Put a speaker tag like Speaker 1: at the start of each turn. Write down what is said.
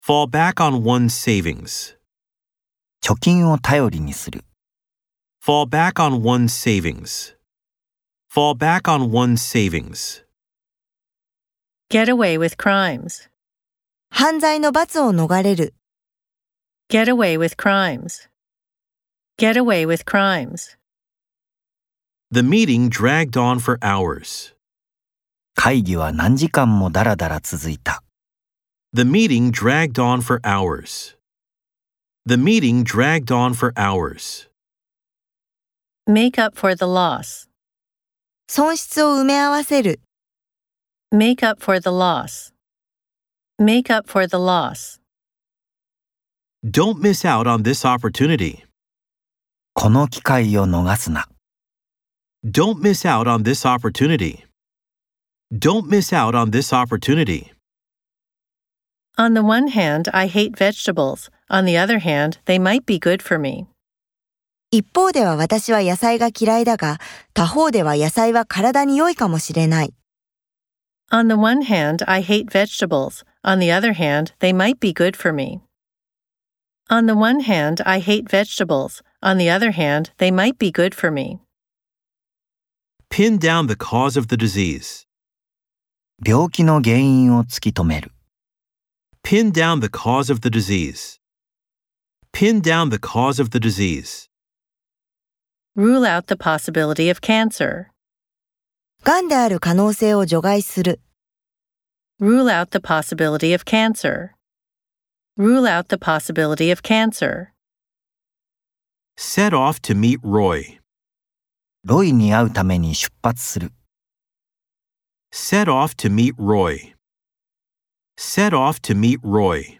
Speaker 1: fall back on one's savings.
Speaker 2: 貯金を頼りにする。
Speaker 1: fall back on one's savings. fall back on one's savings.
Speaker 3: Get away with crimes.
Speaker 4: 犯罪の罰を逃れる。
Speaker 3: Get away with crimes. Get away with crimes.
Speaker 1: The meeting dragged on for hours.
Speaker 2: 会議は何時間もだらだら続いた。
Speaker 1: The meeting dragged on for hours. The meeting dragged on for hours.
Speaker 3: Make up for the loss.
Speaker 4: 損失を埋め合わせる。
Speaker 3: Make up for the loss. Make up for the loss.
Speaker 1: Don't miss out on this opportunity.
Speaker 2: この機会を逃すな。
Speaker 1: Don't miss out on this opportunity. Don't miss out on this opportunity.
Speaker 3: On the one hand, I hate vegetables. On the other hand, they might be good for me.
Speaker 4: 一方では私は野菜が嫌いだが、他方では野菜は体に良いかもしれない。
Speaker 3: On the one hand, I hate vegetables. On the other hand, they might be good for me. On the one hand, I hate vegetables. On the other hand, they might be good for me.
Speaker 1: Pin down the cause of the disease.
Speaker 2: 病気の原因を突き止める。
Speaker 1: Pin down the cause of the disease. Pin down the cause of the disease.
Speaker 3: Rule out the possibility of cancer.
Speaker 4: 癌である可能性を除外する。
Speaker 3: Rule out the possibility of cancer. Rule out the possibility of cancer.
Speaker 1: Set off to meet Roy.
Speaker 2: ロイに会うために出発する。
Speaker 1: Set off to meet Roy. Set off to meet Roy.